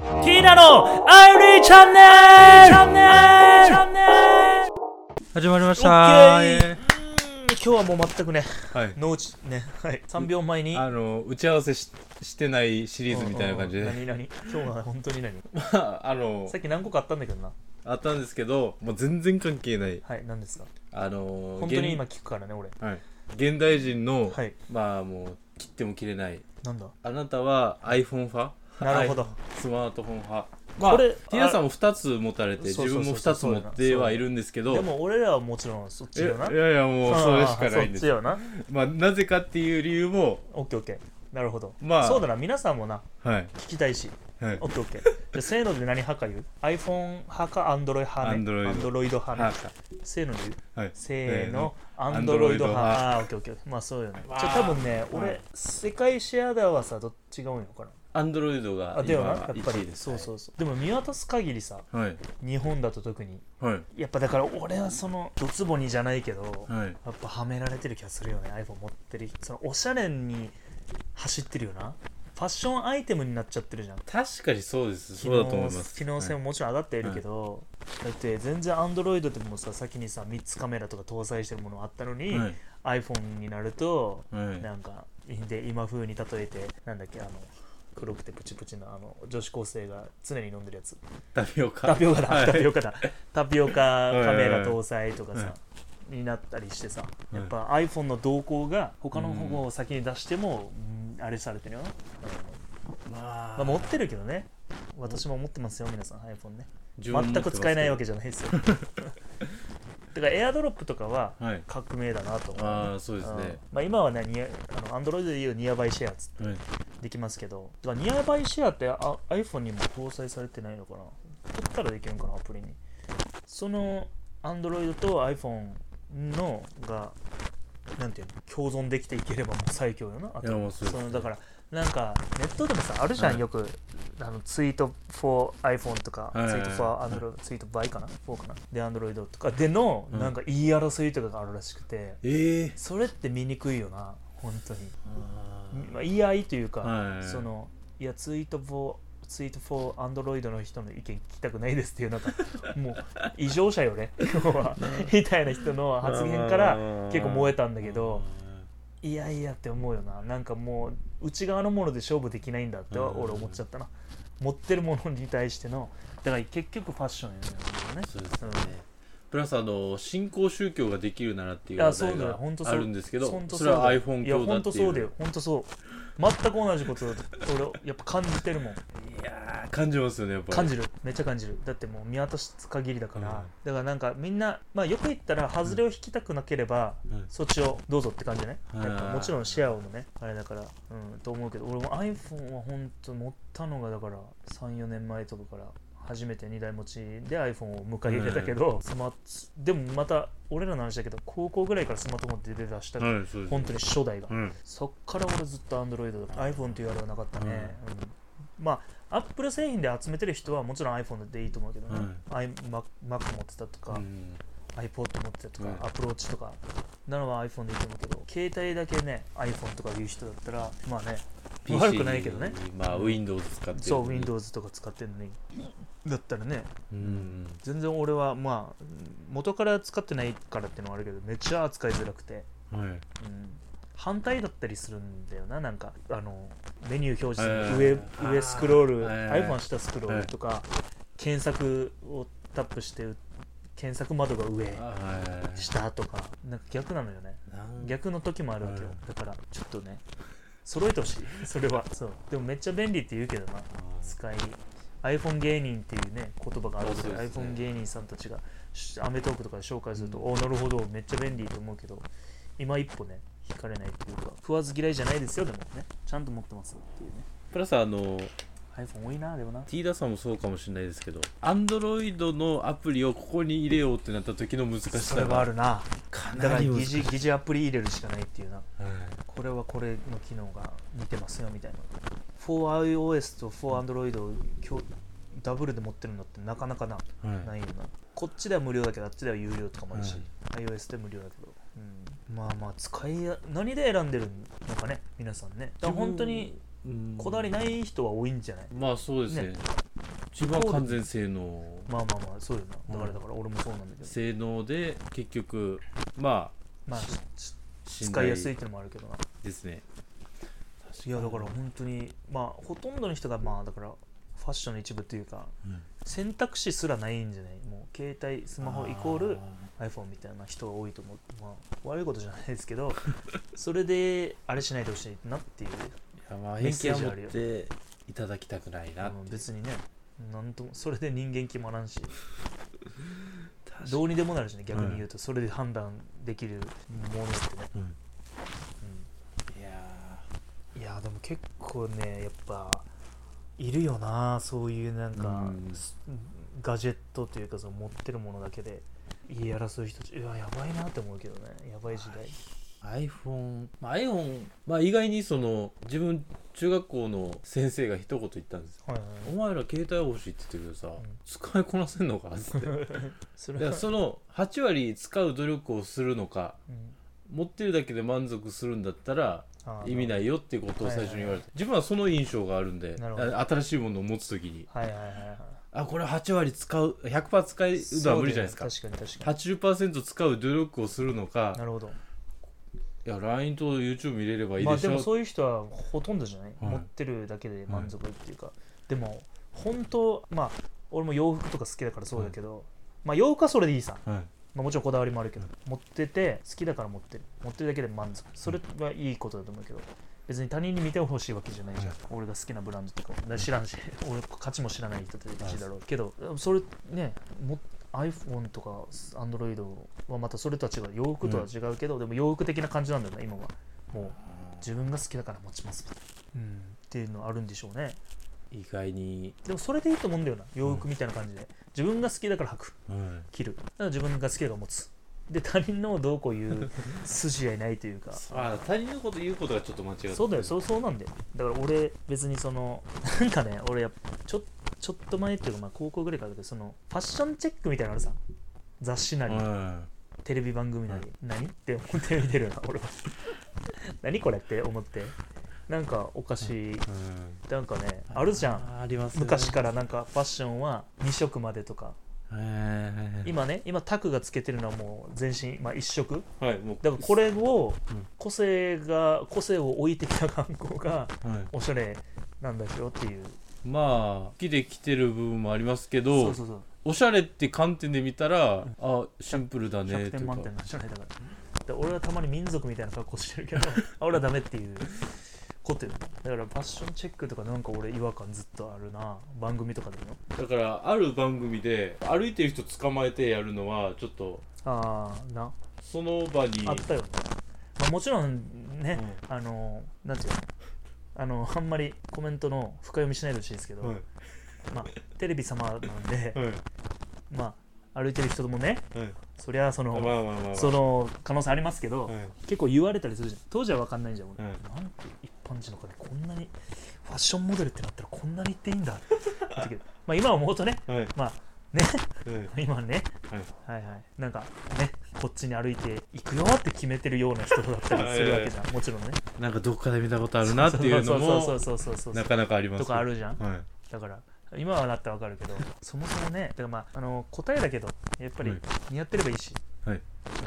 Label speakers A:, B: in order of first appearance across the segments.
A: ティーナのアイリーチャンネルチャンネルチャンネル
B: 始まりまし
A: オ
B: た
A: ッケーうーん今日はもう全くね、
B: はい
A: ノーチね、はい、3秒前に。
B: あの打ち合わせししてないシリーズみたいな感じ
A: うん
B: で
A: うんうん何何今日は本当に何
B: あの
A: さっき何個かあったんだけどな。
B: あったんですけどもう全然関係ない
A: はい、何ですか
B: あの
A: 本当に今聞くからね、俺。
B: 現,、はい、現代人の、
A: はい
B: まあもう切っても切れない
A: なんだ
B: あなたは iPhone 派
A: なるほど
B: iPhone スマートフォン派まあ
A: こ
B: テ
A: れ
B: ィアさんも2つ持たれて
A: そうそ
B: 自
A: うそう
B: 分も2つ持ってはいるんですけど
A: でも俺らはもちろんそっち
B: え
A: よな。
B: いやいやもうそれしかないん
A: そっち
B: です
A: よな。
B: まあなぜかっていう理由も
A: オッケーオッケー。なるほど。
B: まあ
A: そうだな、皆さんもな、
B: はい
A: 聞きたいし。
B: はい
A: オッケーオッケー。じゃあせーので何派か言う ?iPhone 派か Android 派ね。
B: Android
A: 派ね。せーので言う
B: はい
A: せーの、アンドロ
B: Android
A: イド派。
B: 派
A: ああー、オッケーオッケー。まあそうよね。
B: わー
A: じゃあ多分ね、
B: は
A: 俺
B: い、
A: 世界シェアだはさ、どっちが多いのかな。
B: アンドロイドが
A: あ、で
B: 今
A: はな、やっぱ
B: 1位
A: り
B: で。す
A: そうそうそう。でも見渡す限りさ、
B: はい
A: 日本だと特に。
B: はい
A: やっぱだから俺はその、ドツボにじゃないけど、
B: はい
A: やっぱはめられてる気がするよね、iPhone 持ってる。そのおしゃれに走ってるよな。ファッションアイテムになっちゃってるじゃん。
B: 確かにそうです
A: 機
B: そうだと思い
A: 能
B: ます
A: 機能性ももちろん上がってはいるけど、だって全然 Android でもさ先にさ3つカメラとか搭載してるものあったのに、
B: はい
A: iPhone になると、
B: はい
A: なんかで今風に例えてなんだっけあの黒くてプチプチのあの女子高生が常に飲んでるやつ
B: タピオカ
A: タピオカだ、
B: はい
A: タピオカ だタピオカ
B: い
A: カメラ搭載とかさ、
B: は
A: になったりしてさ、
B: い
A: やっぱ iPhone の動向が他の方を先に出しても、うんあれされてるよ、
B: ま
A: まあ、持ってるけどね私も持ってますよ皆さん iPhone ね
B: 自分も持って
A: 全く
B: ます
A: 使えないわけじゃない ですよだからエアドロップとかは
B: はい
A: 革命だなと思う、
B: ああそうです
A: うん
B: ね
A: まあ、今はねニアあの Android でいうニアバイシェアつ
B: はい
A: できますけどだからニアバイシェアってあ iPhone にも搭載されてないのかな取ったらできるのかなアプリにその Android と iPhone のがなんていうの共存できていければもう最強よなあと
B: いやもうそうですね
A: のだからなんかネットでもさあるじゃん、
B: はい
A: よくあのツイート for iPhone とか、
B: はいはいはい
A: ツイート for Android、ツイート by かな4かなで Android とかでの、
B: うん
A: なんか言い争いとかがあるらしくて
B: ええ
A: それって見にくいよな本当にまあ、言い合いというか、
B: はい
A: そのいやツイートフォーツイートフォーアンドロイドの人の意見聞きたくないですっていうなん かもう異常者よね今日はみたいな人の発言から結構燃えたんだけどいやいやって思うよななんかもう内側のもので勝負できないんだって
B: うん
A: 俺思っちゃったな持ってるものに対してのだから結局ファッションやねん
B: そうですね
A: うん
B: プラスあの新興宗教ができるならっていう
A: いや
B: 話
A: そう
B: 題
A: だよ
B: が
A: 本当そう
B: あるんですけど
A: 本当
B: それは
A: だよ
B: iPhone
A: いや
B: 教だ
A: 本
B: って
A: 当
B: いう
A: そうだよ本当そう全く同じこと俺やっぱ感じてる もん
B: いやー感じますよねやっぱり
A: 感じるめっちゃ感じるだってもう見渡す限りだから、だからなんかみんな、まあ、よく言ったら外れを引きたくなければ、
B: うん
A: そっちをどうぞって感じじゃ
B: うん
A: ない、やっぱもちろんシェアをもねあれだから、うん、と思うけど俺も iPhone は本当持ったのがだから34年前とかから初めて2台持ちで iPhone を迎え入れたけど、スマでもまた俺らの話だけど高校ぐらいからスマートフォンって出だした、
B: はいそうです
A: 本当に初代が、
B: うん
A: そっから俺ずっと Android だ iPhone というあれはなかったね、うんまあ Apple 製品で集めてる人はもちろん iPhone でいいと思うけどね、iMac Mac 持ってたとか、
B: うん、
A: iPod 持ってたとか、
B: うん
A: Approach とかなのは iPhone でいいと思うけど携帯だけね iPhone とかいう人だったらまあね
B: PC
A: 悪くないけどね
B: まあ Windows 使ってる
A: そう Windows とか使ってるのにだったらね
B: うん
A: 全然俺はまあ元から使ってないからっていうのはあるけどめっちゃ扱いづらくて
B: はい
A: うん反対だったりするんだよななんかあのメニュー表示す
B: はい
A: る上上スクロール
B: はいはいはい
A: iPhone 下スクロールとか検索をタップして検索窓が上
B: あはい
A: 下とかなんか逆なのよね
B: なん
A: 逆の時もあるわけよ
B: はい
A: だからちょっとね揃えてほしい それはそうでもめっちゃ便利って言うけどな使い iPhone 芸人っていうね言葉があるんですよ
B: そうですね
A: iPhone 芸人さんたちがしアメトークとかで紹介すると、おおなるほどめっちゃ便利と思うけど今一歩ね引かれないというか食わず嫌いじゃないですよでもねちゃんと持ってますっていうね
B: プラスあの
A: iPhone 多いなでもな
B: ティーダさんもそうかもしれないですけど Android のアプリをここに入れようってなった時の難し
A: そ
B: さ
A: れ
B: が
A: はあるな
B: か
A: だか
B: な
A: ら
B: り
A: 疑
B: 難しい
A: 似疑似アプリ入れるしかないっていうな
B: はい
A: これはこれの機能が似てますよみたいな 4iOS と 4Android を今日ダブルで持ってるのってなかなかな
B: はい
A: ないよなこっちでは無料だけどあっちでは有料とかもあるし、iOS で無料だけど、うん、まあまあ使いや何で選んでるのかね皆さんねだから本当に
B: うん
A: こだわりない人は多いんじゃない
B: まあそうですね
A: ね
B: 自分は完全性能
A: まあまあまあそうよなだか
B: う
A: ら
B: ん
A: だから俺もそうなんだけど、
B: 性能で結局まあ
A: まあ、
B: 信
A: 使い
B: 頼
A: やすいってのもあるけどな
B: ですね
A: いやだから本当にまあほとんどの人がまあだからファッションの一部というか
B: うん
A: 選択肢すらないんじゃないもう携帯スマホイコール iPhone みたいな人が多いと思う、まあ、悪いことじゃないですけどそれであれしないでほしいなっていう、
B: いやまあ
A: メッ
B: 偏
A: セー
B: 見は
A: ジ
B: 持
A: あ
B: っ
A: るよ
B: ていただきたくないな、
A: うん別にねなんともそれで人間決まらんし
B: 確かに
A: どうにでもなるしね逆に言うとそれで判断できるものってね、
B: うん
A: うん
B: いや
A: いやでも結構ねやっぱいるよなそういうなんか、
B: うん
A: すガジェットというかその持ってるものだけで言い争う人たちうわやばいなって思うけどねやばい時代
B: iPhone、まあ、iPhone、まあ、意外にその自分中学校の先生が一言言ったんですよ
A: はいは
B: お前ら携帯欲しいって言ってるけどさ、
A: うん
B: 使いこなせんのか っつってだか
A: いそれ
B: ら
A: は
B: その8割使う努力をするのか
A: うん
B: 持ってるだけで満足するんだったら
A: あー
B: 意味ないよっていうことを最初に言われて、自分はその印象があるんで
A: なるほど
B: あ新しいものを持つ時に
A: はいはいはいはい
B: あこれ8割使う100%使うのは無理じゃないですか
A: そうだよね確かに確か
B: 80%使う努力をするのか
A: になるほど
B: いや LINE と YouTube 見れればいい
A: まあ
B: でし
A: で
B: ょ、
A: もそういう人はほとんどじゃない、
B: はい
A: 持ってるだけで満足っていうか、でも本当まあ俺も洋服とか好きだからそうだけど、まあ洋服はそれでいいさ
B: はい
A: まあ、もちろんこだわりもあるけど、持ってて好きだから持ってる持ってるだけで満足それはいいことだと思うけど別に他人に見てほしいわけじゃないじゃん、俺が好きなブランドとかもだから知らんし俺価値も知らない人って出てほしいだろうけどそれねも iPhone とか Android はまたそれとは違う洋服とは違うけど、でも洋服的な感じなんだよね今はもう自分が好きだから持ちますみたいな、うん、っていうのあるんでしょうね
B: 意外に、
A: でもそれでいいと思うんだよな洋服みたいな感じで、自分が好きだから履く切るだから自分が好きだから持つで他人のをどうこう言う筋合いないというか
B: ああ他人のこと言うことがちょっと間違って
A: そうだよそうそうなんだよだから俺別にそのなんかね俺やっぱちょちょっと前っていうかまあ高校ぐらいからだけどそのファッションチェックみたいなのあるさ雑誌なり、
B: ん
A: テレビ番組なり、何って思って見てるな俺は 何これって思ってなんかおかしい、
B: うん
A: なんかねあるじゃん
B: ありますね
A: 昔からなんかファッションは2色までとか
B: へえ
A: 今ね今タクがつけてるのはもう全身、まあ、1色
B: はいもう
A: だからこれを
B: うん
A: 個性が個性を置いてきた観光が
B: はい
A: おしゃれなんですよっていう
B: まあ好きで来てる部分もありますけど
A: うそう
B: おしゃれって観点で見たら、あシンプルだね
A: 100
B: と
A: 点
B: か
A: 満点なんじゃないだからで俺はたまに民族みたいな格好してるけど あ俺はダメっていうことよだからファッションチェックとかなんか俺違和感ずっとあるな番組とかでも
B: だからある番組で歩いてる人捕まえてやるのはちょっと
A: ああな
B: その場に
A: あったよ、まあ、もちろんね、あのなんていうのあのあんまりコメントの深読みしないでほしいですけど、
B: はい
A: まあテレビ様なん で
B: はい
A: まあ歩いてる人もね
B: はい
A: そりゃそ
B: ま
A: の、
B: あまあまあまあ
A: その可能性ありますけど、
B: はい
A: 結構言われたりするじゃん当時は分かんないじゃん俺、
B: うん
A: なんて一般人の方でこんなにファッションモデルってなったらこんなに言っていいんだって思ったけど まあ今思うとね
B: はい
A: まあ
B: はい
A: 今はね
B: はい
A: はいはいなんかねこっちに歩いていくよって決めてるような人だったりするわけじゃんもちろんね
B: なんかどっかで見たことあるな っていうの
A: そ
B: も
A: うそうそうそうそうそ
B: な
A: う
B: かなかあります
A: と
B: けど
A: かあるじゃん
B: はい
A: だから今はなったらわかるけどそもそもねだからまああの答えだけどやっぱり
B: はい
A: 似合ってればいいし、
B: はい
A: うん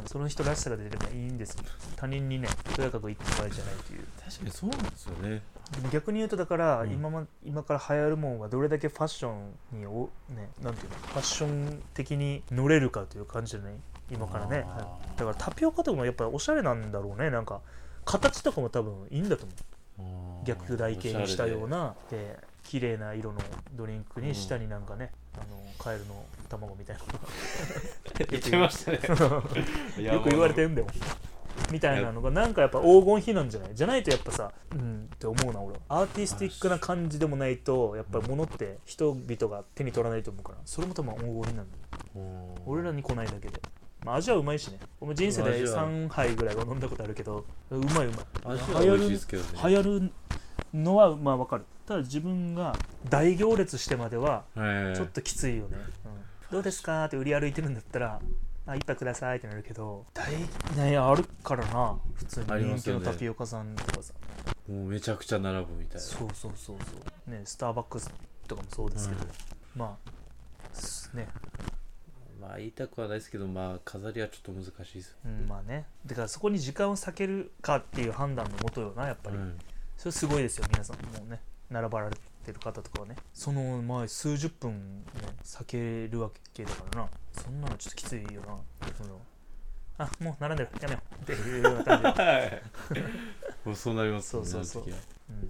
A: その人らしさが出てればいいんですけど他人にねとやかく言ってる場合じゃないという
B: 確かにそうなんですよね
A: でも逆に言うとだから
B: うん
A: 今,、ま今から流行るもんはどれだけファッションにおねなんていうのファッション的に乗れるかという感じじゃない今からね
B: あー
A: はいだからタピオカとかもやっぱりおしゃれなんだろうねなんか形とかも多分いいんだと思う逆台形にしたようなで綺麗な色のドリンク
B: うん
A: に下になんかね、あのカエルの卵みたいな
B: 言ってましたね
A: よく言われて
B: る
A: るんだよみたいなのがなんかやっぱ黄金比なんじゃないじゃないとやっぱさうんって思うな俺はアーティスティックな感じでもないとやっぱり物って人々が手に取らないと思うからそれも多分黄金比なんだよ俺らに来ないだけで、まあ、味はうまいしね俺も人生で
B: 味は
A: 3杯ぐらいは飲んだことあるけどうまいうまい
B: 味は美味しいですけどね
A: 流行るのはまあわかるただ自分が大行列してまでは
B: はい
A: ちょっときついよね、うんどうですかって売り歩いてるんだったら「あ一杯ください」ってなるけど大ねあるからな普通に
B: ありま
A: 人
B: す
A: 気
B: よ
A: の
B: ね
A: タピオカさんとかさ、
B: もうめちゃくちゃ並ぶみたいな
A: そうそうそうそうねスターバックスとかもそうですけど、
B: うん
A: まあすね
B: まあ言いたくはないですけどまあ飾りはちょっと難しいです
A: うんまあねだからそこに時間を割けるかっていう判断のもとよなやっぱり、
B: うん
A: それすごいですよ皆さんもうね並ばられてる方とかはねその前数十分、ね、避けるわけだからなそんなのちょっときついよなそのあもう並んでるやめようっていうような感じ で、
B: もうそうなりますもんね
A: そうそうそう
B: あの時は
A: うん、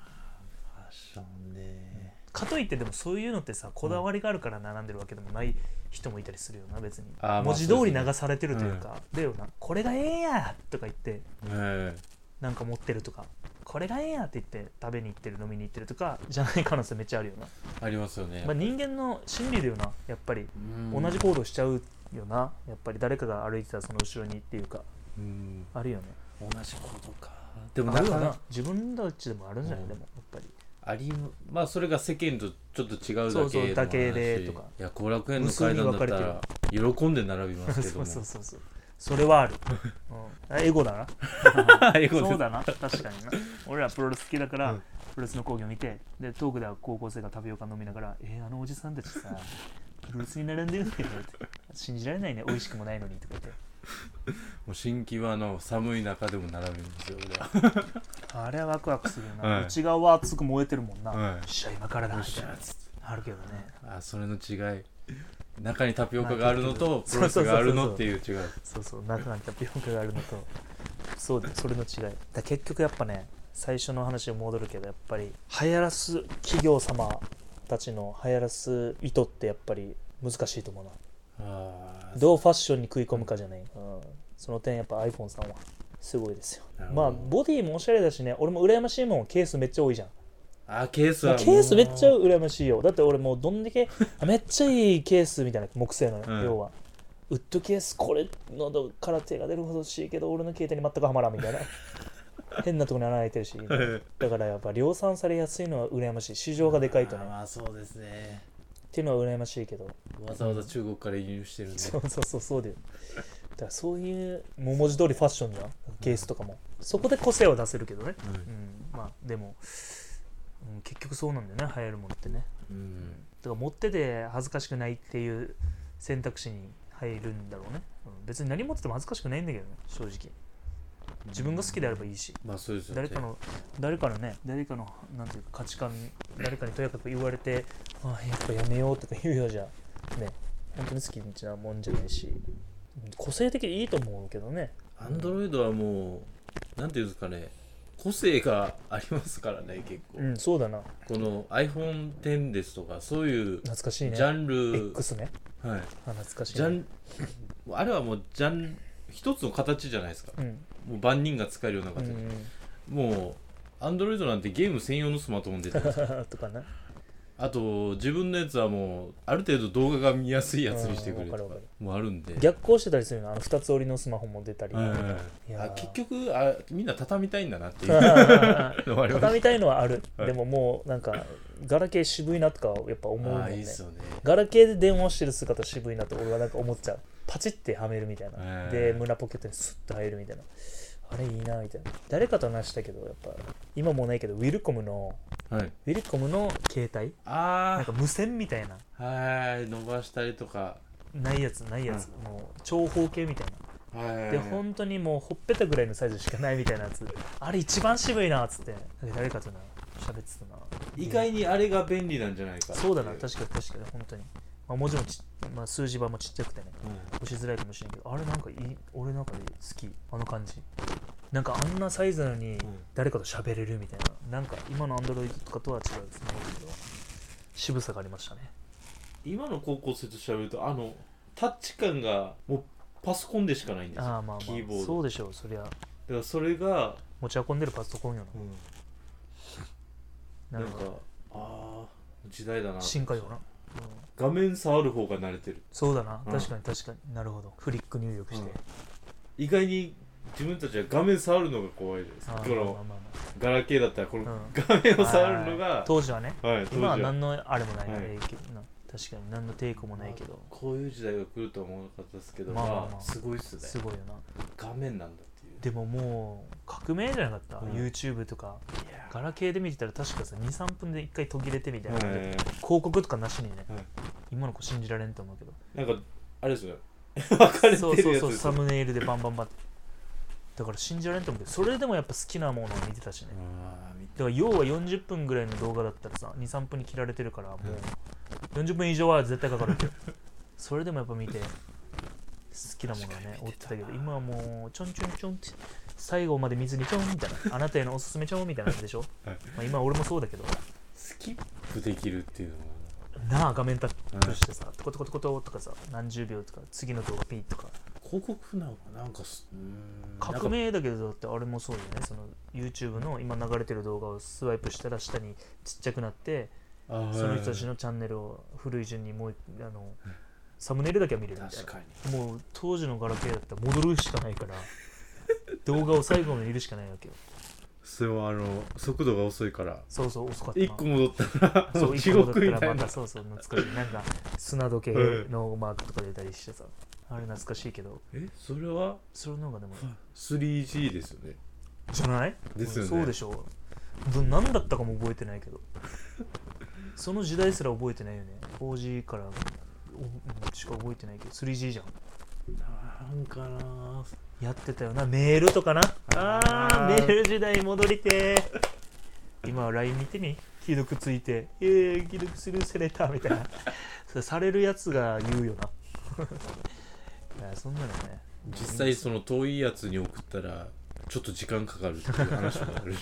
B: ファッションね
A: かといってでもそういうのってさこだわりがあるから並んでるわけでもない人もいたりするよな別に
B: あーまあ
A: 文字
B: そう
A: 通
B: で
A: り
B: すね
A: 流されてるというかだよなこれがええやとか言って
B: え
A: なんか持ってるとかこれがええやって言って食べに行ってる飲みに行ってるとかじゃない可能性めっちゃあるよな、
B: えありますよね、
A: まあ、人間の心理だよなやっぱり
B: うん
A: 同じ行動しちゃうよなやっぱり誰かが歩いてたらその後ろにっていうか
B: うん
A: あるよね
B: 同じことかでも
A: あ
B: な
A: る
B: か
A: よ
B: な
A: な自分たちでもあるんじゃない、
B: うん
A: でもやっぱり
B: ありまあそれが世間とちょっと違うだけ
A: そうそう
B: の話
A: だけでとか
B: いや後楽園の階段だったら喜んで並びますけど
A: そ
B: も
A: うそうそうそうそれはある、うん、あエゴだな
B: 英語で
A: そうだな確かにな俺らプロレス好きだから、
B: うん
A: プロレスの講義を見てでトークでは高校生がタピオカ飲みながら「えー、あのおじさんたちさプロレスに並んでるんだよ」って「信じられないね美味しくもないのに」とか言って
B: もう新規はあの寒い中でも並びますよ俺は
A: あれはワクワクするよな、
B: はい
A: 内側は熱く燃えてるもんな、
B: はい
A: よっしゃ今からだみたい
B: よ
A: な
B: っし
A: あるけどね
B: あそれの違い中にタピオカがあるのとプ
A: まあ
B: ロレスがある
A: そ
B: の
A: う
B: っ
A: そ
B: て
A: う
B: いう違い
A: そうそう中にタピオカがあるのとそうだよそれの違いだ結局やっぱね最初の話に戻るけどやっぱり流行らす企業様たちの流行らす意図ってやっぱり難しいと思うな
B: あー
A: どうファッションに食い込むかじゃない、うん、その点やっぱ iPhone さんはすごいですよ
B: なるほ
A: ま
B: ど
A: あボディもおしゃれだしね俺も羨ましいもんケースめっちゃ多いじゃん
B: あケース
A: ケ
B: は
A: ースめっちゃ
B: う
A: 羨ましいよだって俺もうどんだけあめっちゃいいケースみたいな木製なのよ、
B: うん
A: 要はウッドケースこれのから手が出るほど欲しいけど俺の携帯に全くはまらんみ たいな変なとこに穴開いてるしだからやっぱ量産されやすいのは羨ましい市場がでかいと
B: あ
A: ね
B: ー
A: っ
B: まあそうですね
A: ていうのは羨ましいけど
B: わざわざ中国から輸入してるんで
A: そうそうそうそうだよだからそういうもう文字通りファッションじゃんケースとかもそこで個性を出せるけどねうんまあでも、うん、結局そうなんだよね流行るものってね
B: うん
A: だから持ってて恥ずかしくないっていう選択肢に入るんだろうね、うん別に何持ってても恥ずかしくないんだけどね正直自分が好きであればいいし
B: まあそうですよね
A: 誰かの誰かのね誰かのなんていうか価値観誰かにとやかく言われてあやっぱやめようとか言うようじゃね本当に好きなもんじゃないしうん個性的でいいと思うけどね
B: アンドロイドはもうなんていうんですかね個性がありますからね結構、
A: うんそうだな
B: この iPhone10 ですとかそういうジ
A: 懐かしいね
B: ャンル、
A: X ね
B: はい、
A: あ懐かしい、ね、
B: ジャンあれはもうジャン一つの形じゃないですか
A: うん
B: もう万人が使えるような
A: う
B: 形、
A: ん
B: もうアンドロイドなんてゲーム専用のスマートフォン出 てる
A: とかな
B: あと自分のやつはもうある程度動画が見やすいやつにしてくれ
A: うん
B: と
A: わかる
B: か
A: わか
B: もうあるんで
A: 逆行してたりするのあの2つ折りのスマホも出 たり、
B: はいはい
A: いや
B: はい
A: ー
B: あ結局あみんな畳みたいんだなっていうのもあります
A: 畳みたいのはある、
B: はい
A: でももうなんかガラケー渋いなとかやっぱ思うもん
B: ああいい
A: ね
B: っすよね
A: ガラケーで電話してる姿渋いなと俺はなんか思っちゃうパチってはめるみたいな、
B: えー
A: で胸ポケットにスッと入るみたいなあれいいなみたいな誰かと話したけどやっぱ今もうないけどウィルコムの
B: はい
A: ウィルコムの携帯なん
B: あ
A: か無線みたいな
B: あはい伸ばしたりとか
A: ないやつないやつ、もう長方形みたいな
B: はい
A: で本当にもうほっぺたぐらいのサイズしかないみたいなやつあれ一番渋いなっつって誰かとな喋ってたな
B: 意外にあれが便利なんじゃないか
A: そうだな
B: ってい
A: 確かに確かに本当に、まあ、文字もち、まあ、数字盤もちっちゃくてね
B: うん
A: 押しづらいかもしれんけどあれなんかいい俺なんかで好きあの感じなんかあんなサイズなのに誰かと喋れるみたいななんか今のアンドロイドとかとは違うですね渋さがありましたね
B: 今の高校生と調べるとあのタッチ感がもうパソコンでしかないんですよ
A: ああまあま
B: キーボー
A: あ
B: ド
A: そうでしょうそりゃ
B: だからそれが、
A: 持ち運んでるパソコンよな
B: な
A: なん
B: ん
A: か
B: かああ時代だな
A: 進化よな、うん
B: 画面触る方が慣れてる
A: そうだな、
B: うん
A: 確かに確かになるほどフリック入力して、
B: うん意外に自分たちは画面触るのが怖いじゃないです
A: あ
B: か
A: ー
B: この
A: まあまあ
B: ガラケーだったらこの
A: うん
B: 画面を触るの
A: はい
B: が、
A: 当時はね
B: はい、
A: 今は
B: 当時
A: 何のあれもないな、
B: はい
A: 影響な確かに何の抵抗もないけど
B: こういう時代が来るとは思わなかったですけど、
A: まあまあ
B: まあ
A: まあ
B: すごいっすね
A: すごいよな
B: 画面なんだっていう
A: でももう革命じゃなかった、
B: うん
A: YouTube とか
B: いや
A: ガラケーで見てたら確かさ23分で1回途切れてみたいな、広
B: え
A: 告とかなしにね、
B: はい
A: 今の子信じられんと思うけど
B: ーなんかあれで すよ分かれてるやつです
A: そ
B: よ
A: うそうそうサムネイルでバンバンバンってだから信じられんと思うけどそれでもやっぱ好きなものを見てたしね
B: あーみ
A: だから要は40分ぐらいの動画だったらさ23分に切られてるからもう40分以上は絶対かかるわ けどそれでもやっぱ見て好きなものはね追ってたけど今はもうちょんちょんちょんって最後まで水にちょんみたいなあなたへのおすすめちょんみたいなやつでしょ、
B: はい
A: まあ、今俺もそうだけど
B: スキップできるっていうのも
A: なあ画面タッ
B: うん
A: プしてさ、トコトコトコトコとかさ何十秒とか次の動画ピーとか
B: 広告なのかなんかすうーん
A: 革命だけどだってあれもそうだよねその YouTube の今流れてる動画をスワイプしたら下にちっちゃくなって
B: なんか
A: その人たち
B: の
A: のチャンネルを古い順にもう一あのサムネイルだけは見れるみたい
B: 確かに
A: なもう当時のガラケーだったら戻るしかないから動画を最後まで見るしかないわけよ
B: それはあの速度が遅いから
A: そうそう遅かったな
B: 一個戻ったら
A: そう
B: 地
A: 一個戻
B: 獄み
A: ったたら
B: い
A: ま
B: な
A: たそうそう懐かしいなんか砂時計のマークとか出たりしてさあれ懐かしいけど
B: えそれは
A: それの方がでも
B: 3G ですよね
A: じゃない
B: ですよね
A: そうでしょうど何だったかも覚えてないけどその時代すら覚えてないよね 4G からおしか覚えてないけど 3G じゃん
B: なんかなぁ
A: やってたよなメールとかなあー
B: あー
A: メール時代戻りてー今は LINE 見てみ既読ついて「えー既読するセレター」みたいなそれされるやつが言うよ ないやそんなのね
B: 実際その遠いやつに送ったらちょっと時間かかるっていう話もある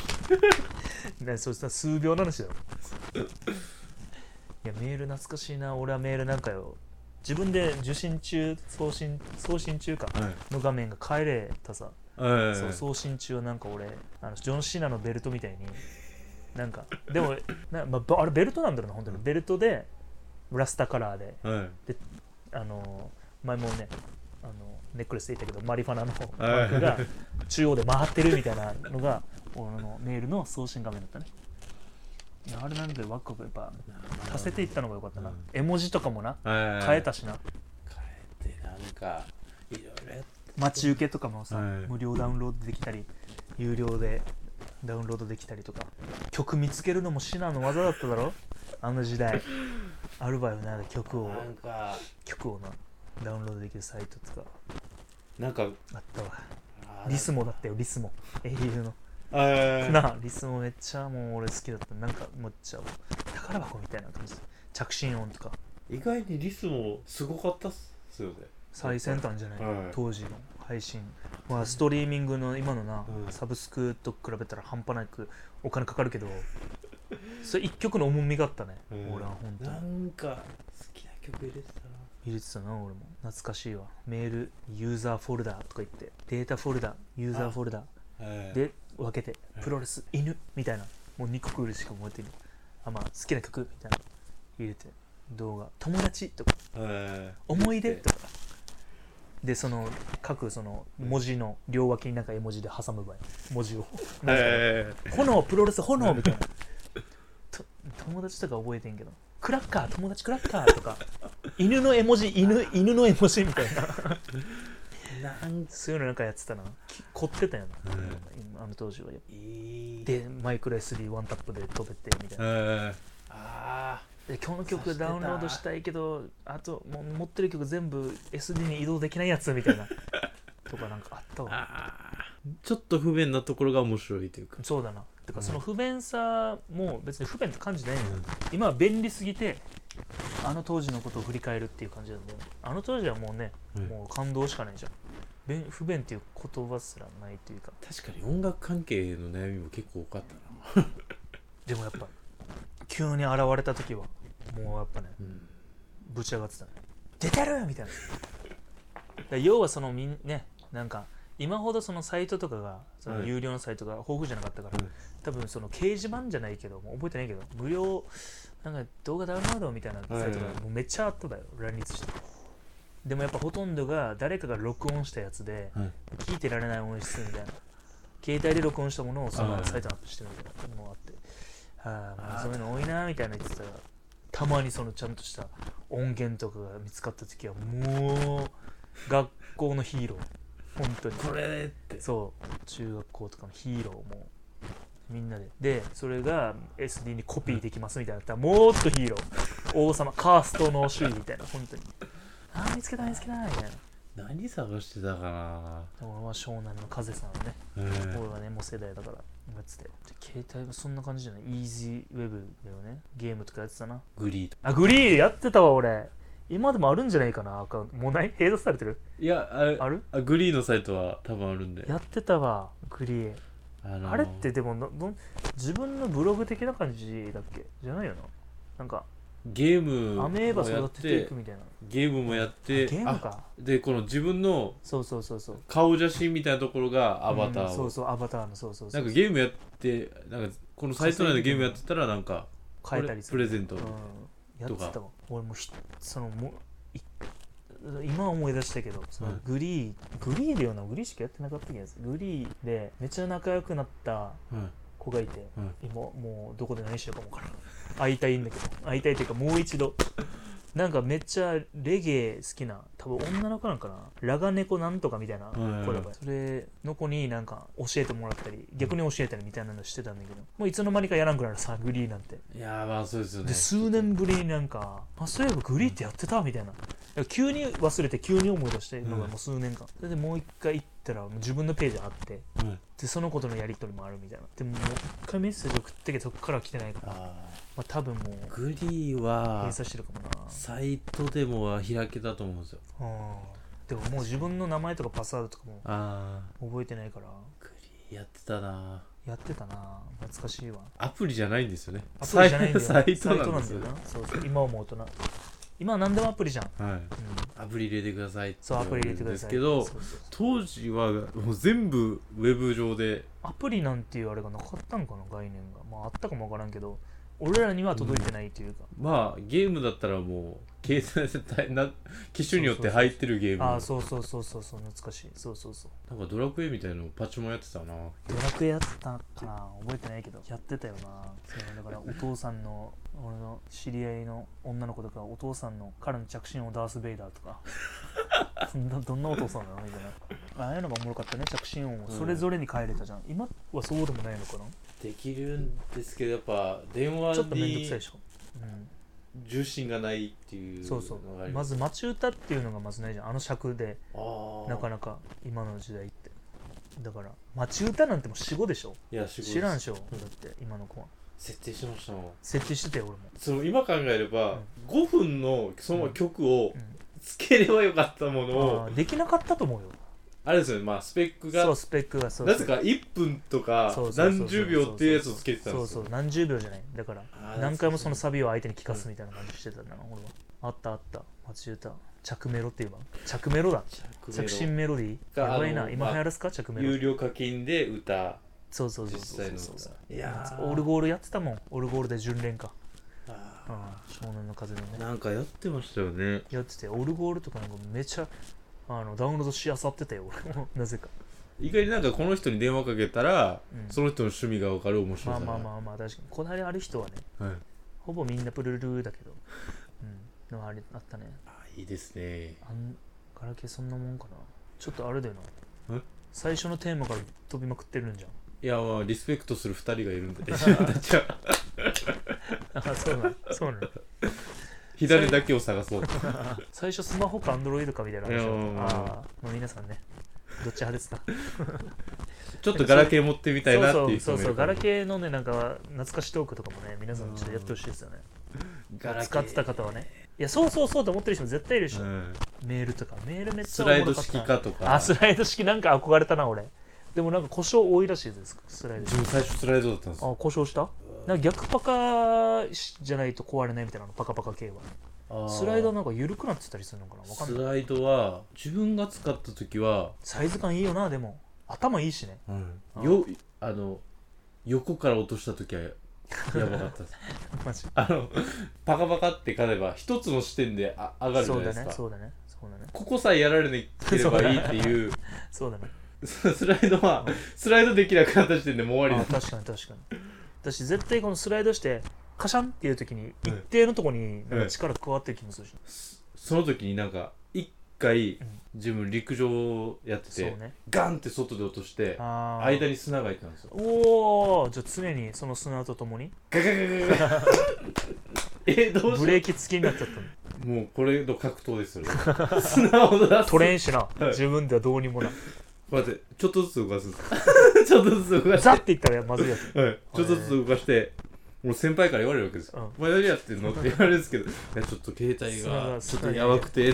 A: ね、そうしたら数秒の話だよいやメール懐かしいな俺はメールなんかよ自分で受信中送信送信中か
B: はい
A: の画面が変えれたさ、
B: はい
A: そう送信中はなんか俺あのジョン・シナのベルトみたいになんかでもな、まあば、あれベルトなんだろうな本当にベルトでラスタカラーで
B: はい
A: あの前もねあのネックレスでいたけどマリファナのマークが中央で回ってるみたいなのが俺のメールの送信画面だったねいやあれなんでワクワクやっぱ足せていったのが良かったな、
B: うん
A: 絵文字とかもな
B: はい
A: 変えたしな
B: 変えてなんかいろいろやっ
A: 待ち受けとかもさ、
B: はい
A: 無料ダウンロードできたり有料でダウンロードできたりとか曲見つけるのも至難の技だっただろ あの時代あるわよな曲を
B: なんか
A: 曲をなダウンロードできるサイトとか
B: なんか
A: あったわ
B: あー
A: リスモだったよリスモ au の
B: はい
A: なあリスもめっちゃもう俺好きだったなんかもうちゃ宝箱みたいな感じ着信音とか
B: 意外にリスもすごかったっすよね
A: 最先端じゃない、
B: はい
A: 当時の配信まあストリーミングの今のな、
B: うん
A: サブスクと比べたら半端なくお金かかる けどそれ一曲の重みがあったね、
B: うん
A: 俺は本当に
B: なんか好きな曲入れてたな
A: 入れてたな俺も懐かしいわメールユーザーフォルダーとか言ってデータフォルダユーザーフォルダ
B: で、
A: で分けて
B: うん
A: プロレス犬みたいなもう2個ぐらいしか覚えてないあまあ好きな曲みたいな入れて動画友達とか
B: え
A: 思い出とかでその各その文字の両脇になんか絵文字で挟む場合文字を
B: ー、
A: なんか
B: え
A: 炎プロレス炎みたいなと友達とか覚えてんけどクラッカー友達クラッカーとか犬の絵文字犬犬の絵文字みたいな
B: ー、なん
A: そういうのなんかやってたなき凝ってたよな、
B: うん
A: 今あの当時はやっぱ
B: いい
A: でマイクロ SD ワンタップで飛べてみたいな
B: えー、あ
A: で今日の曲ダウンロードしたいけどあともう持ってる曲全部 SD に移動できないやつみた いなとかなんかあった
B: ー
A: わ
B: あーちょっと不便なところが面白いというか
A: そうだなてか
B: うん
A: その不便さも別に不便って感じないのよ、今は便利すぎてあの当時のことを振り返るっていう感じなんだよあの当時はもうね、
B: うん
A: もう感動しかないじゃん便不便っていう言葉すらないというか
B: 確かに音楽関係の悩みも結構多かったな、
A: でもやっぱ急に現れた時はもうやっぱね
B: うん、
A: ぶち上がってたね出てるみたいなだ要はそのみんねなんか今ほどそのサイトとかがその
B: はい
A: 有料のサイトが豊富じゃなかったから、
B: はい
A: 多分その掲示板じゃないけどもう覚えてないけど無料なんか動画ダウンロードみたいなサイトが
B: はい
A: もうめっちゃあっただよ乱立してでもやっぱほとんどが誰かが録音したやつで
B: はい
A: 聞いてられない音質みたいな携帯で録音したものをそ
B: は
A: の
B: い
A: サイトにアップしてるみたいなのもあってああまあそういうの多いなみたいな言ってたらたまにそのちゃんとした音源とかが見つかった時はもう学校のヒーロー本当に
B: これって
A: そう中学校とかのヒーローもみんなででそれが SD にコピーできますみたいになったらもっとヒーロー王様カーストの首位みたいな本当にあー見つけた見つけたみたいな
B: 何探してたか
A: でも俺は湘南の風さんをね
B: なうん
A: 俺はねもう世代だからやっててで携帯がそんな感じじゃないイージーウェブだよねゲームとかやってたな
B: グリーと
A: あグリーやってたわ俺今でもあるんじゃないかなアカウントもうない閉鎖されてる
B: いやあれ
A: ある
B: あグリーのサイトは多分あるんで
A: やってたわグリー
B: あのー
A: あれってでもなどん自分のブログ的な感じだっけじゃないよななんか
B: ゲーム
A: アメーバ
B: もや
A: 育
B: って
A: ていくみたいな
B: ゲームもやっ
A: ゲ
B: て
A: ームか
B: あでこの自分の
A: そうそうそうそう
B: 顔写真みたいなところがアバターを、
A: うんそうそうアバターのそうそうそ
B: なん
A: う
B: かゲームやってなんかこのサイト内でゲームやってたらなんか
A: 変えたりする
B: プレゼント
A: うん、やっ
B: と
A: て
B: か
A: たわ俺もひそのもい今思い出したけどその
B: はい
A: グリー、グリーだよなグリーしかやってなかった気がするグリーでめっちゃ仲良くなった
B: うん
A: 子がいて
B: うん
A: 今もうどこで何してるかも分からん会いたいんだけど会いたいというかもう一度なんかめっちゃレゲエ好きな多分女の子なんかなラガネコなんとかみたいな
B: うん
A: 子だからそれの子になんか教えてもらったり逆に教えたりみたいなのしてたんだけどもういつの間にかやらんくなるさグリーなんて
B: いやーまあそうですよね
A: で数年ぶりになんかあそういえばグリーってやってたみたいないや急に忘れて急に思い出してのがもう数年間、それでもう一回行ったらもう自分のページあって
B: うん
A: でそのことのやり取りもあるみたいなでももう一回メッセージ送ったけどそこから来てないから、
B: あ
A: まあ、多分もう
B: ーグリー
A: 閉
B: は
A: 鎖してるかもな
B: サイトでもは開けたと思うんですよ
A: うんでももう自分の名前とかパスワードとかも
B: ああ
A: 覚えてないから
B: グリーやってたな
A: やってたな懐かしいわ
B: アプリじゃないんですよね
A: アプリじゃないんだよ
B: サイサイトなんです
A: サイ
B: よ
A: トなんだよなそうそう今思うとな今は何でもアプリじゃん、うん、
B: はいアプリ入れてくださいって
A: そうアプリ入れてく
B: 言わるん
A: だ
B: で
A: さ
B: す
A: い
B: けど
A: そうそう
B: 当時はもう全部ウェブ上で
A: アプリなんていうあれがなかったのかな概念がまああったかもわからんけど俺らには届いてないというか、
B: まあゲームだったらもう携帯で大変な機種によって入ってるゲーム
A: ああそうそうそうそうそう懐かしいそうそうそう
B: なんかドラクエみたいなのパチモンやってたな
A: ドラクエやってたかな覚えてないけどやってたよなそうだ からお父さんの俺の知り合いの女の子とかお父さんの彼の着信をダース・ベイダーと かそんなどんなお父さんなのみたいなああいうのがおもろかったね着信音をそれぞれに変えれたじゃん、今はそうでもないのかな
B: できるんですけどやっぱ電
A: ちょっ
B: 話
A: とめんどくさいで
B: に
A: しょ、うん、
B: 重心がないっていう
A: そうそう
B: のがあり
A: ま
B: ます
A: ず町歌っていうのがまずないじゃんあの尺で
B: あー
A: なかなか今の時代ってだから町歌なんてもう死語でしょ
B: いやすごい
A: 知らんで
B: し
A: しょだって今の子は
B: 設定してましたもん
A: 設定してたよ俺も、
B: その今考えれば、5分のその曲を
A: うん
B: つければよかったものを、
A: あーできなかったと思うよ
B: あれですよねまあスペックが
A: そうスペックがそう
B: なぜか1分とか
A: そうそうそうそう
B: 何十秒っていうやつをつけてたんです
A: そう
B: よ
A: そう何十秒じゃないだから
B: あー
A: 何回もそのサビを相手に聞かすみたいな感じしてたんだな俺はあったあった町歌着メロって言えば着メロだ着
B: 着メ
A: 信メロディー
B: が
A: やばい
B: あ
A: な
B: の
A: 今
B: まあ
A: 流行らすか着メ
B: ロ
A: ロ
B: 有料課金で歌
A: そうそうそう
B: 実
A: そう
B: 際の
A: そうそう
B: 歌いやー
A: オルゴールやってたもんオルゴールで巡連か、
B: あ
A: うん、少年の風のね
B: ーなんかやってましたよね
A: やっててオルゴールとかなんかめちゃあのダウンロードしあさってたよ俺 もなぜか
B: 意外になんかこの人に電話かけたら、
A: うん
B: その人の趣味が分かる面白
A: ま
B: さ
A: あ
B: が
A: まあまあまあ確かにこだわりある人はね
B: あ、はい、
A: ほぼみんなプルルルだけどうんのはあれあったね
B: あーいいですね
A: あんガラケーそんなもんかなちょっとあれだよな
B: え
A: 最初のテーマから飛びまくってるんじゃん
B: いやまあリスペクトする2人がいるんで 自分た ちは
A: あそうなのそうなの
B: 左だけを探そう
A: 最初スマホかアンドロイドかみたいな話
B: いや
A: を
B: まあまあまあ
A: あーまあ皆さんねどっち派ですか
B: ちょっとガラケー持ってみたいなっていう人
A: そうそう
B: も
A: そうそ
B: い
A: う
B: る
A: ガ
B: か
A: ラ
B: も
A: ケーのねなんか懐かしトークとかもね皆さんちょっとやってほしいですよね使ってた方はねいやそうそうそうと思ってる人も絶対いるでしょ、
B: うん
A: メールとかメールめっち
B: ス
A: ゃ
B: ラ
A: お
B: イ
A: もろか
B: ド
A: った
B: 式かとか
A: あスライド式なんか憧れたな俺でもなんか故障多いらしいですスライド
B: 自
A: 式
B: 分最初スライドだったんですよ
A: あ故障したなんか逆パカじゃないと壊れないみたいなのパカパカ系は
B: あー
A: スライドなんか緩くなってたりするのかなわかん
B: ス
A: ない
B: ライドは自分が使った時は、
A: サイズ感いいよなでも頭いいしねあー
B: よあの横から落とした時はやばかったです
A: マジ
B: あのパカパカって勝てば一つの視点であ上がるじゃ
A: そ
B: な
A: う
B: いで
A: だ
B: すか、
A: ねそうだねそうだね
B: ここさえやられなければいいっていう
A: そうだね
B: スライドはスライドできなくなった時点でもう終わり
A: あ
B: です
A: 確かに確かに私絶対このスライドしてカシャンっていう時に一定のとこになんか力加わってる気もするし、
B: その時になんか一回
A: うん
B: 自分陸上やって
A: そう
B: て、
A: ね
B: ガンって外で落として
A: あー
B: 間に砂が入った んですよ
A: おおじゃあ常にその砂とともに
B: ガガガガガガえどうし
A: ブ
B: よ
A: レーキ付きになっちゃったの
B: うもうこれの格闘ですよね 砂を出す
A: 取れんしな、
B: い
A: 自分ではどうにもな
B: 待ってちょっとずつ動 かすんですちょっとずつ動かして
A: ザッていったらまずいやつ
B: はい、ちょっとずつ動かして、もう先輩から言われるわけですよ。
A: うん
B: お前何やってんのって言われるんですけど、いやちょっと携帯がちょ
A: 砂
B: っ
A: が
B: とやばくて、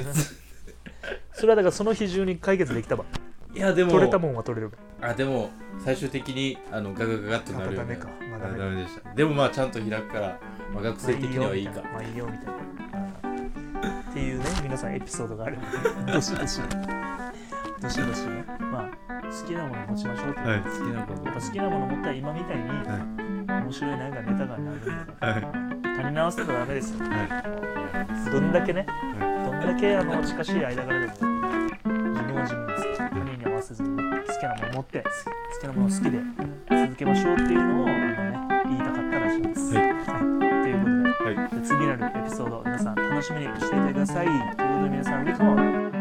A: それはだからその日中に解決できたば
B: いやでも、
A: 取れたもんは取れる
B: あでも最終的にあのガガガガッとなるようにな
A: あダメかまあダ
B: あ
A: メか
B: ダメでした。でもまあちゃんと開くから、まあ、学生的にはいいか。
A: まあいいよみたいな、っていうね皆さんエピソード があるどしどしどしどしねまあ好きなもの持ちましょうという、
B: はい、
A: やっ
B: 好きなこと。
A: ぱ好きなもの持ったら今みたいに、面白いなんかネタがなるんだから
B: はい、
A: 足り直すとかダメですよ
B: は
A: どんだけね、
B: は
A: どんだけあの近しい間柄でも自分は自分です他人に合わせずに好きなもの持って好きなもの好きで続けましょうっていうのをあの、ね、言いたかったらしいです。
B: はい
A: はいということで。
B: い、はい。
A: 次なるエピソードを皆さん楽しみにしていてください。ということで皆さん、ウィカモン